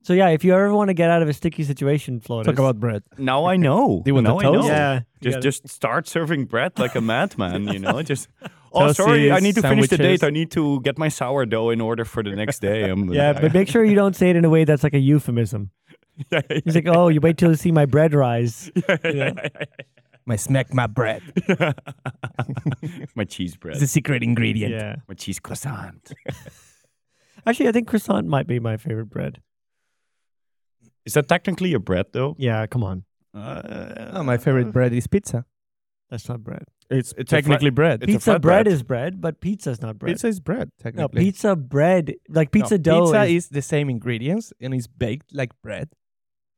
S1: So yeah, if you ever want to get out of a sticky situation, Flores,
S8: Talk about bread.
S3: now I know.
S8: Do you want
S3: now
S8: the
S3: I
S8: toast?
S3: know.
S1: yeah, you
S3: Just
S1: gotta-
S3: just start serving bread like a madman, you know. Just oh,
S8: Toasties,
S3: sorry, I need to finish the
S8: sandwiches.
S3: date. I need to get my sourdough in order for the next day. I'm,
S1: yeah, but make sure you don't say it in a way that's like a euphemism. He's like, "Oh, you wait till you see my bread rise."
S8: My smack, my bread.
S3: my cheese bread,
S8: It's a secret ingredient.
S1: Yeah,
S3: my cheese croissant.
S1: actually, I think croissant might be my favorite bread.
S3: Is that technically a bread though?
S1: Yeah, come on,
S3: Uh,
S8: Oh, my favorite bread is pizza.
S1: that's not bread.
S8: It's,
S3: It's a fla-
S8: technically bread.
S3: It's a
S1: pizza
S3: flat
S1: bread,
S3: bread.
S1: is bread, but pizza's not bread.
S8: Pizza is bread,
S1: no,
S8: technically.
S1: pizza bread like
S8: No,
S1: pizza dough.
S8: Pizza
S1: is,
S8: is, the same ingredients and it's baked like bread.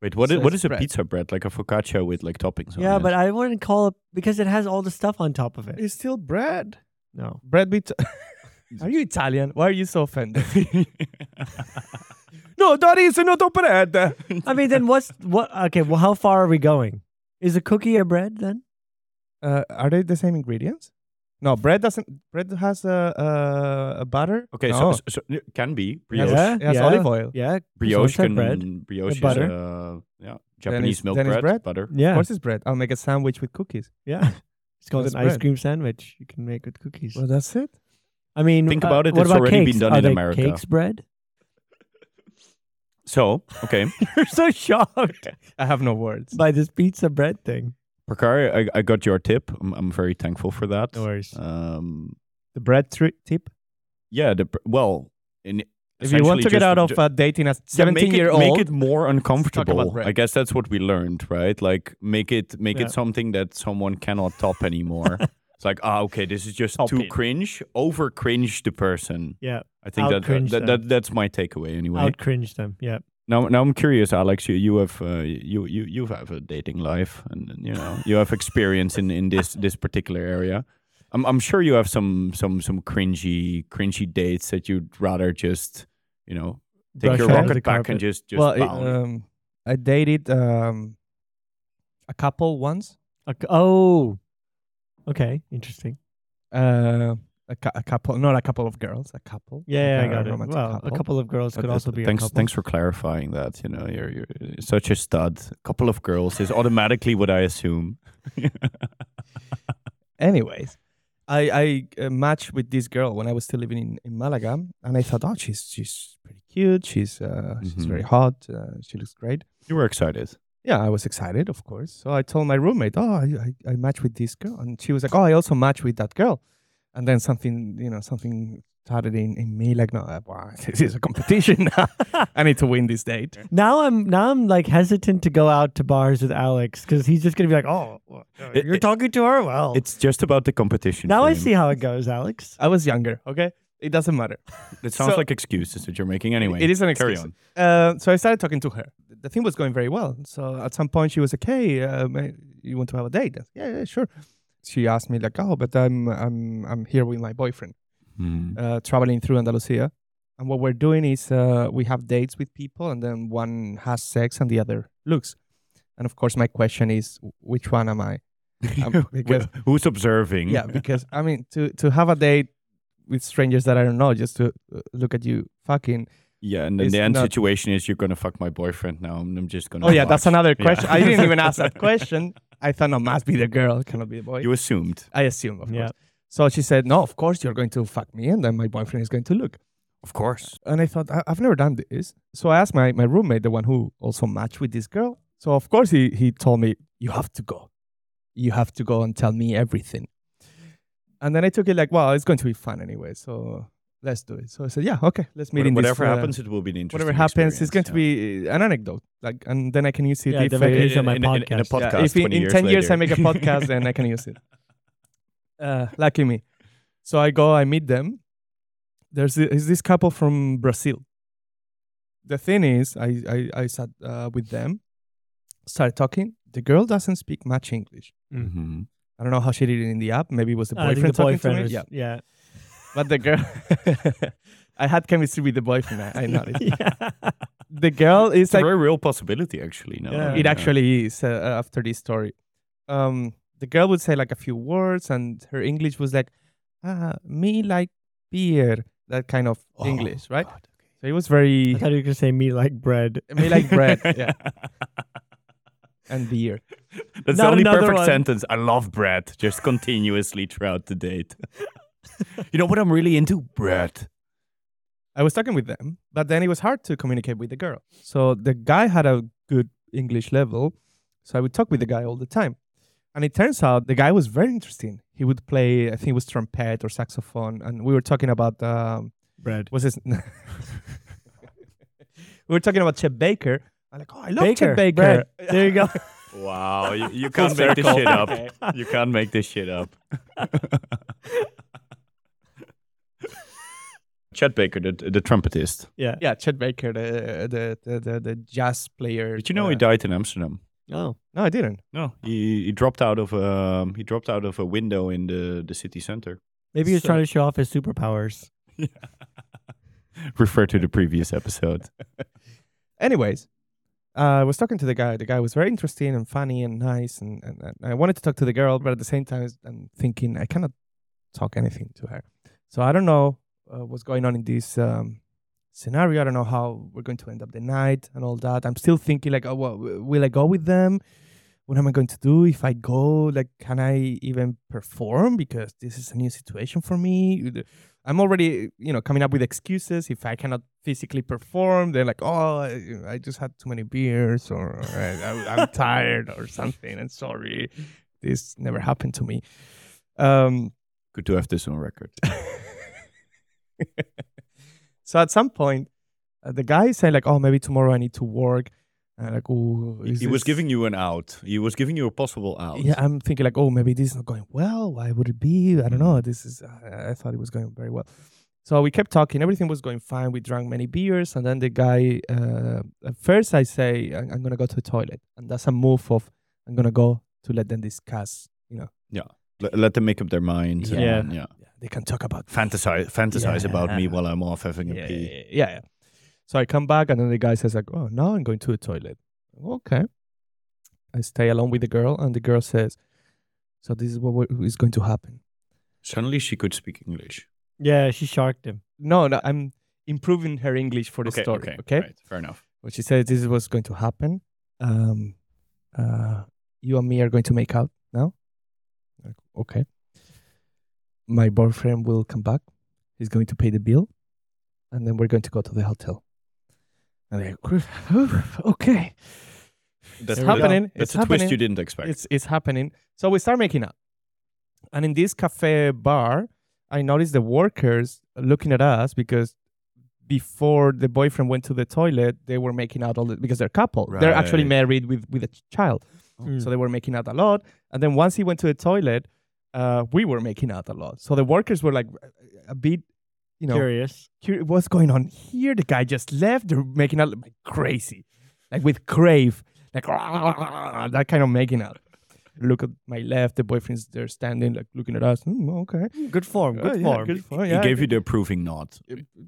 S3: Wait, what
S8: So
S3: is what
S8: it's
S3: is a
S8: bread.
S3: pizza bread? Like a focaccia with like toppings on
S1: yeah,
S3: it.
S1: but I wouldn't call it because it has all the stuff on top of it.
S8: It's still bread.
S1: No,
S8: Bread with. are you Italian? Why are you so offended? no, that is not a bread.
S1: I mean, then what's what? Okay, well, how far are we going? Is a cookie a bread then?
S8: Uh, are they the same ingredients? No, bread doesn't. Bread has a a, a butter.
S3: okay,
S8: no.
S3: so, so, so can be
S8: It has,
S3: brioche.
S1: Yeah,
S8: it has
S1: yeah.
S8: olive oil.
S1: Yeah, croissants
S3: brioche
S1: are
S3: can
S1: bread.
S3: brioche is,
S1: butter.
S3: uh, yeah Japanese
S8: it's-
S3: milk
S8: then it's
S3: bread,
S8: bread.
S3: butter.
S8: Of
S1: Yeah,
S8: course, it's bread. I'll make a sandwich with cookies.
S1: yeah. It's called
S8: That's
S1: an ice
S8: bread.
S1: cream sandwich. You can make with cookies.
S8: Well, that's it.
S1: I mean,
S3: Think
S1: uh,
S3: about it,
S1: What
S3: it's
S1: about
S3: already been
S1: cakes?
S3: done
S1: Are
S3: in
S1: they
S3: America.
S1: Cakes bread?
S3: So okay,
S1: You're so shocked
S8: I have no words.
S1: by this pizza bread thing.
S3: Prakari, I, I got your tip. I'm, I'm very thankful for that.
S1: No worries.
S3: Um,
S8: the bread tri- tip.
S3: yeah, the pr- well, in,
S8: If you want
S3: essentially
S8: to get
S3: just-
S8: out of
S3: ju-
S8: uh, dating as
S3: yeah, make it-
S8: 17 year old,
S3: make it more uncomfortable.
S8: bread.
S3: I guess that's what we learned, right? Like make it make
S1: Yeah.
S3: it something that someone cannot top anymore. it's like ah, okay, this is just
S8: Top
S3: too
S8: it.
S3: cringe. Over cringe the person.
S1: Yeah,
S3: I think that,
S1: Out-cringe
S3: that,
S1: them.
S3: that that's my takeaway anyway.
S1: out cringe them. Yeah.
S3: Now, now I'm curious, Alex. You, you have uh, you you you have a dating life, and and, you know you have experience in, in this this particular area. I'm I'm sure you have some some some cringy cringy dates that you'd rather just you know take
S1: Brush
S3: your
S1: it under
S3: rocket
S1: the
S3: back and
S1: carpet.
S3: just just
S8: well, it,
S3: bound.
S8: um, I dated um, a couple once.
S1: Okay. Oh. Okay. Interesting.
S8: Uh, a, cou- a couple, not a couple of girls, a couple.
S1: Yeah,
S8: Like
S1: I
S8: a
S1: got it.
S8: romantic
S1: Well, a couple of girls
S3: But
S1: could
S3: that-
S1: also be
S3: thanks
S1: a couple.
S3: thanks for clarifying that. You know you're you're such a stud. A couple of girls is automatically what I assume.
S8: Anyways, I I uh, matched with this girl when I was still living in, in Malaga, and I thought, oh, she's she's pretty cute. She's uh, she's
S3: Mhm.
S8: very hot. Uh, she looks great.
S3: You were excited.
S8: Yeah, I was excited, of course. So I told my roommate, "Oh, I, I, I matched with this girl," and she was like, "Oh, I also matched with that girl." And then something, you know, something started in, in me like, "No, uh, wow, this is a competition. I need to win this date."
S1: Now I'm now I'm like hesitant to go out to bars with Alex because he's just gonna be like, oh, well, uh,
S3: It-
S1: you're
S3: it-
S1: talking to her. Well,
S3: It's just about the competition.
S1: now
S3: for
S1: I
S3: him.
S1: see how it goes, Alex.
S8: I was younger. Okay, it doesn't matter.
S3: It sounds
S8: so-
S3: like excuses that you're making anyway.
S8: it is an
S3: Carry
S8: excuse.
S3: on.
S8: Uh, so I started talking to her. The thing was going very well. So at some point she was like, "Hey, uh, ma- you want to have a date?" I said, yeah, yeah, sure. She asked me like, "Oh, but I'm I'm I'm here with my boyfriend,
S3: Hmm.
S8: uh, traveling through Andalusia, and what we're doing is uh, we have dates with people, and then one has sex and the other looks." And of course, my question is, "Wh- which one am I? Um, because-
S3: Wh- Who's observing?
S8: Yeah, because I mean, to to have a date with strangers that I don't know, just to uh, look at you fucking
S3: Yeah, and then
S8: It's
S3: the end
S8: not-
S3: situation is you're gonna fuck my boyfriend now, and I'm just gonna.
S8: Oh yeah, that's
S3: watch.
S8: another
S3: Yeah.
S8: question. I didn't even ask that question. I thought no, must be the girl, cannot be the boy.
S3: You assumed,
S8: I assume, of
S1: Yeah.
S8: course. So she said, "No, of course you're going to fuck me, and then my boyfriend is going to look."
S3: of course.
S8: And I thought, I- "I've never done this." So I asked my my roommate, the one who also matched with this girl. So of course he he told me, "You have to go, you have to go and tell me everything." And then I took it like, "Well, it's going to be fun anyway, so let's do it." So I said, "Yeah, okay, let's meet
S3: Wha-
S8: in this,
S3: whatever
S8: uh,
S3: happens, it will be an interesting.
S8: Whatever happens,
S3: experience,
S8: it's going to
S3: yeah.
S8: be an anecdote, like, and then I can use it
S1: Yeah,
S8: if
S1: then I
S8: uh,
S1: can use it on my
S3: in, in- in a
S1: podcast.
S3: podcast.
S8: yeah, if
S3: 20
S8: in, in 10 years I make
S3: later.
S8: a podcast, then I can use it. Uh, lucky me. So I go, I meet them. There's thi- is this couple from Brazil. The thing is, I, I, I sat uh, with them, started talking. The girl doesn't speak much English.
S3: Mhm.
S8: I don't know how she did it in the app. Maybe it was the
S1: Uh, I think
S8: boyfriend
S1: the
S8: talking
S1: boyfriend
S8: to me.
S1: was-
S8: Yeah.
S1: yeah.
S8: But the girl, I had chemistry with the boyfriend. I, I noticed.
S1: yeah.
S8: The girl is
S3: It's a
S8: like
S3: very real possibility, actually. No,
S1: Yeah.
S8: it actually is uh, uh, after this story. Um, the girl would say like a few words, and her English was like, ah, me like beer, that kind of English, right? So it was very
S1: I thought you were gonna say me like bread.
S8: me like bread, yeah, and beer.
S3: That's
S1: Not
S3: the only
S1: another
S3: perfect
S1: one.
S3: sentence. I love bread, just continuously throughout the date. you know what I'm really into? Bread.
S8: I was talking with them, but then it was hard to communicate with the girl. So the guy had a good English level, so I would talk with the
S1: Mm-hmm.
S8: guy all the time. And it turns out the guy was very interesting. He would play, I think it was trumpet or saxophone, and we were talking about um,
S1: bread.
S8: what's his. we were talking about Chet Baker. I'm like, oh, I love
S1: Baker.
S8: Chet Baker.
S1: Bread. There you go.
S3: Wow, you, you
S8: Full
S3: can't make this
S8: circle.
S3: shit up. You can't make this shit up. Chad Baker, the, the trumpetist.
S1: Yeah.
S8: Yeah, Chet Baker, the the the, the, the jazz player.
S3: Did you know
S8: uh,
S3: he died in Amsterdam?
S1: Oh.
S8: No, I didn't.
S3: No, he, he dropped out of um, he dropped out of a window in the, the city center.
S1: Maybe he was
S3: So-
S1: trying to show off his superpowers.
S3: Refer to the previous episode.
S8: anyways, uh, I was talking to the guy. The guy was very interesting and funny and nice, and, and, and I wanted to talk to the girl, but at the same time, s- I'm thinking I cannot talk anything to her. So I don't know uh, what's going on in this um, scenario. I don't know how we're going to end up the night and all that. I'm still thinking like, oh, well, w- will I go with them? What am I going to do if I go? Like, can I even perform? Because this is a new situation for me. I'm already, you know, coming up with excuses. If I cannot physically perform, they're like, "Oh, I- I just had too many beers, or I, I'm tired, or something." And sorry, this never happened to me. Um,
S3: Good to have this on record.
S8: so at some point, uh, the guy is saying like, "Oh, maybe tomorrow I need to work." And I'm like, "Oh,
S3: He
S8: is
S3: was
S8: this-
S3: giving you an out. He was giving you a possible out.
S8: Yeah, I'm thinking like, oh, maybe this is not going well. Why would it be? I don't
S3: Mm.
S8: know. This is. I, I thought it was going very well. So we kept talking. Everything was going fine. We drank many beers, and then the guy. Uh, at first, I say I'm, I'm gonna go to the toilet, and that's a move of I'm gonna go to let them discuss. You know,
S3: Let, let them make up their minds. and-
S1: Yeah.
S3: yeah.
S8: yeah, they can talk about
S3: Fantasize, fantasize about me
S8: Yeah.
S3: while I'm off having a
S8: yeah,
S3: pee.
S8: Yeah, yeah, yeah. So I come back and then the guy says like, "Oh, now I'm going to the toilet." Okay. I stay alone with the girl, and the girl says, "So this is what we- is going to happen."
S3: Suddenly, she could speak English.
S1: Yeah, she sharked him.
S8: No, no, I'm improving her English for the story. Okay.
S3: right, fair enough.
S8: But she said, "This is what's going to happen. Um, uh, you and me are going to make out now." Like, okay. My boyfriend will come back. He's going to pay the bill, and then we're going to go to the hotel. And they're like, "Oof, okay.
S3: That's
S8: it's happening.
S3: That's
S8: it's
S3: a
S8: happening.
S3: twist you didn't expect.
S8: It's it's happening. So we start making up. And in this cafe bar, I noticed the workers looking at us because before the boyfriend went to the toilet, they were making out all the, because they're a couple. They're actually
S3: Right.
S8: married with with a ch- child.
S1: Mm.
S8: So they were making out a lot. And then once he went to the toilet, uh, we were making out a lot. So the workers were like uh, a bit, you know,
S1: Curious.
S8: curi- what's going on here? The guy just left. They're making out like crazy, like with crave, like that kind of making out. Look at my left. The boyfriend's there standing, like looking at us. "Hmm, okay,
S1: Good form.
S8: Oh,
S1: Good
S8: yeah,
S1: form.
S8: good form.
S3: he
S8: yeah.
S3: gave you the approving nod.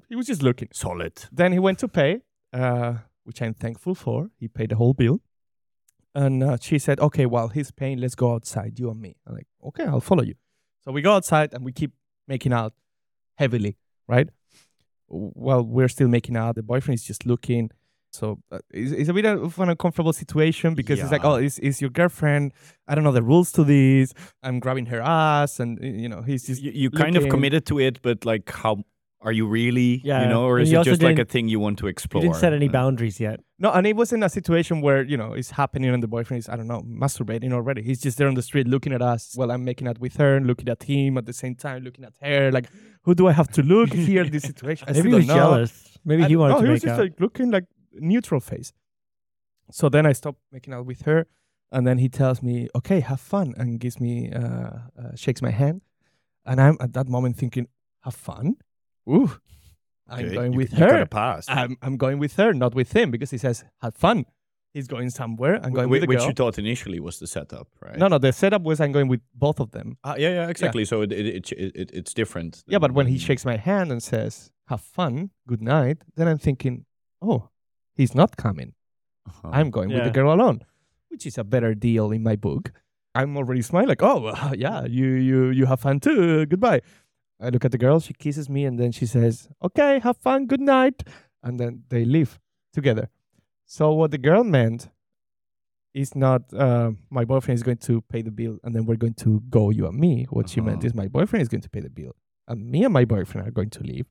S8: He was just looking.
S3: Solid.
S8: Then he went to pay, uh, which I'm thankful for. He paid the whole bill. And uh, she said, okay, while he's paying, let's go outside, you and me. I'm like, okay, I'll follow you. So we go outside and we keep making out heavily, right? While we're still making out, the boyfriend is just looking. So uh, it's, it's a bit of an uncomfortable situation because it's like,
S3: Yeah.
S8: oh, is is your girlfriend? I don't know the rules to this. I'm grabbing her ass, and uh, you know he's just
S3: You, you kind of
S8: looking-
S3: committed to it, but like, how are you really?
S1: Yeah,
S3: You know, or
S1: and
S3: is
S1: you
S3: it
S1: also
S3: just like a
S1: didn't-
S3: thing you want to
S1: You
S3: explore?
S1: didn't set any
S3: Uh,
S1: boundaries yet.
S8: No, and it wasn't a situation where, you know, it's happening and the boyfriend is, I don't know, masturbating already. He's just there on the street looking at us while I'm making out with her and looking at him at the same time, looking at her. Like, who do I have to look here in this situation? I
S1: Maybe
S8: still
S1: he was
S8: don't know.
S1: jealous. Maybe
S8: I
S1: he
S8: don't
S1: wanted
S8: know,
S1: to
S8: he was
S1: make
S8: just
S1: out.
S8: like looking like neutral face. So then I stopped making out with her, and then he tells me, "Okay, have fun," and gives me uh, uh, shakes my hand, and I'm at that moment thinking, "Have fun, ooh, I'm
S3: okay,
S8: going
S3: you,
S8: with
S3: you
S8: her."
S3: Got a pass.
S8: I'm, I'm going with her, not with him, because he says, have fun. He's going somewhere. I'm going
S3: Wh-
S8: with the
S3: which
S8: girl.
S3: you thought initially was the setup, right?
S8: No, no. The setup was I'm going with both of them.
S3: Ah, yeah, yeah, exactly. So it, it, it, it it's different.
S8: Yeah, but
S3: than
S8: when he shakes my hand and says, "Have fun, good night," then I'm thinking, "Oh, he's not coming.
S3: Uh-huh.
S8: I'm going with the
S1: Yeah.
S8: girl alone," which is a better deal in my book. I'm already smiling, like, "Oh, well, yeah, you you you have fun too. Goodbye." I look at the girl. She kisses me, and then she says, "Okay, have fun. Good night," and then they leave together. So what the girl meant is not uh, my boyfriend is going to pay the bill, and then we're going to go you and me. What she meant
S3: Uh-huh.
S8: is my boyfriend is going to pay the bill, and me and my boyfriend are going to leave,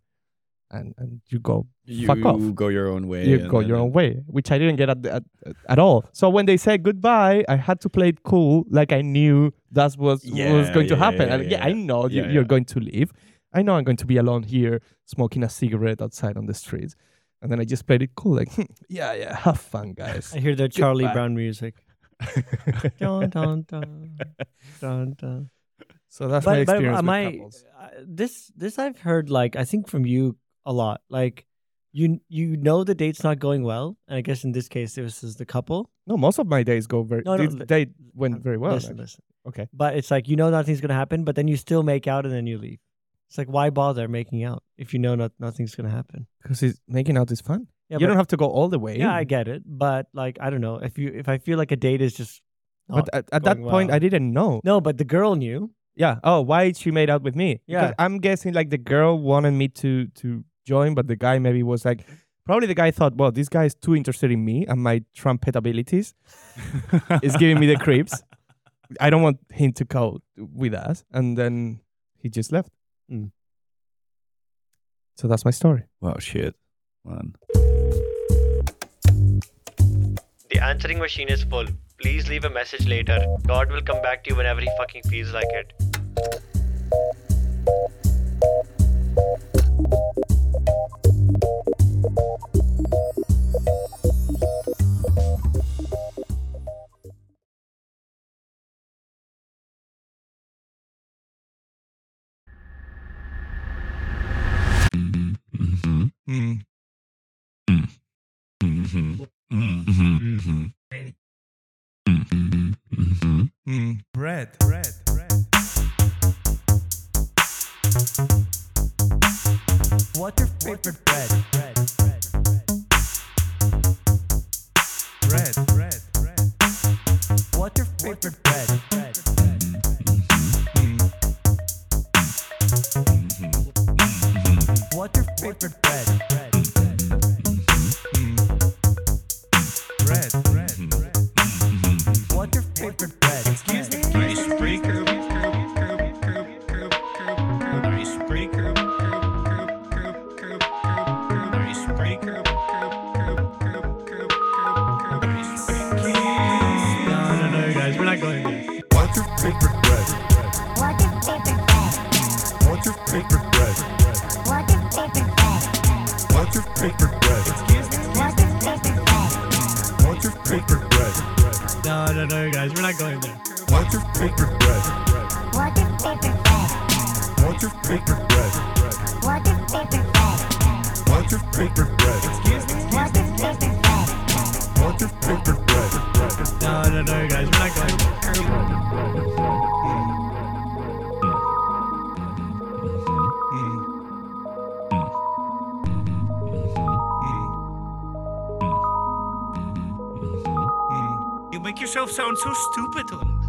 S8: and and you go
S3: you
S8: fuck off.
S3: go your own way.
S8: you
S3: and
S8: go
S3: then-
S8: your own way, which I didn't get at, the- at at all. So when they said goodbye, I had to play it cool, like I knew that's what was
S3: Yeah,
S8: going to
S3: yeah,
S8: happen.
S3: yeah,
S8: and yeah,
S3: yeah.
S8: I know you,
S3: Yeah,
S8: you're
S3: yeah.
S8: going to leave. I know I'm going to be alone here smoking a cigarette outside on the street. And then I just played it cool, like, yeah, yeah, have fun, guys.
S1: I hear the Charlie
S8: Goodbye.
S1: Brown music. dun, dun, dun, dun, dun.
S8: So that's my
S1: but, but
S8: experience
S1: am
S8: with
S1: I-
S8: couples.
S1: uh, this this I've heard like I think from you a lot. Like you you know the date's not going well, and I guess in this case this is the couple.
S8: No, most of my days go very.
S1: No, no,
S8: these-
S1: li-
S8: they went very well.
S1: Listen,
S8: actually.
S1: listen.
S8: Okay.
S1: But it's like you know nothing's gonna happen, but then you still make out and then you leave. It's like why bother making out if you know not, nothing's gonna happen?
S8: Because it's making out is fun.
S1: Yeah,
S8: you
S1: but-
S8: don't have to go all the way.
S1: yeah, I get it, but like I don't know if you if I feel like a date is just
S8: But at, at that
S1: Oh, going
S8: point,
S1: well.
S8: I didn't know.
S1: no, but the girl knew.
S8: Yeah. Oh, why she made out with me?
S1: Yeah.
S8: Because I'm guessing like the girl wanted me to to join, but the guy maybe was like, probably the guy thought, well, this guy is too interested in me and my trumpet abilities. It's giving me the creeps. I don't want him to go with us. And then he just left.
S1: Mm.
S8: So that's my story.
S3: Wow, shit, man.
S10: The answering machine is full. Please leave a message later. God will come back to you whenever he fucking feels like it.
S8: Bread. Bread. Bread.
S1: What's your favorite bread? bread, bread, bread.
S8: Bread. Bread. Bread.
S1: What's your favorite bread? bread, bread, bread? What's your favorite bread? bread, bread, bread?
S8: Bread. Bread. Bread.
S1: What's your favorite bread? Excuse me?
S3: Icebreaker. Icebreaker. Icebreaker.
S11: You make yourself sound so stupid. Owen.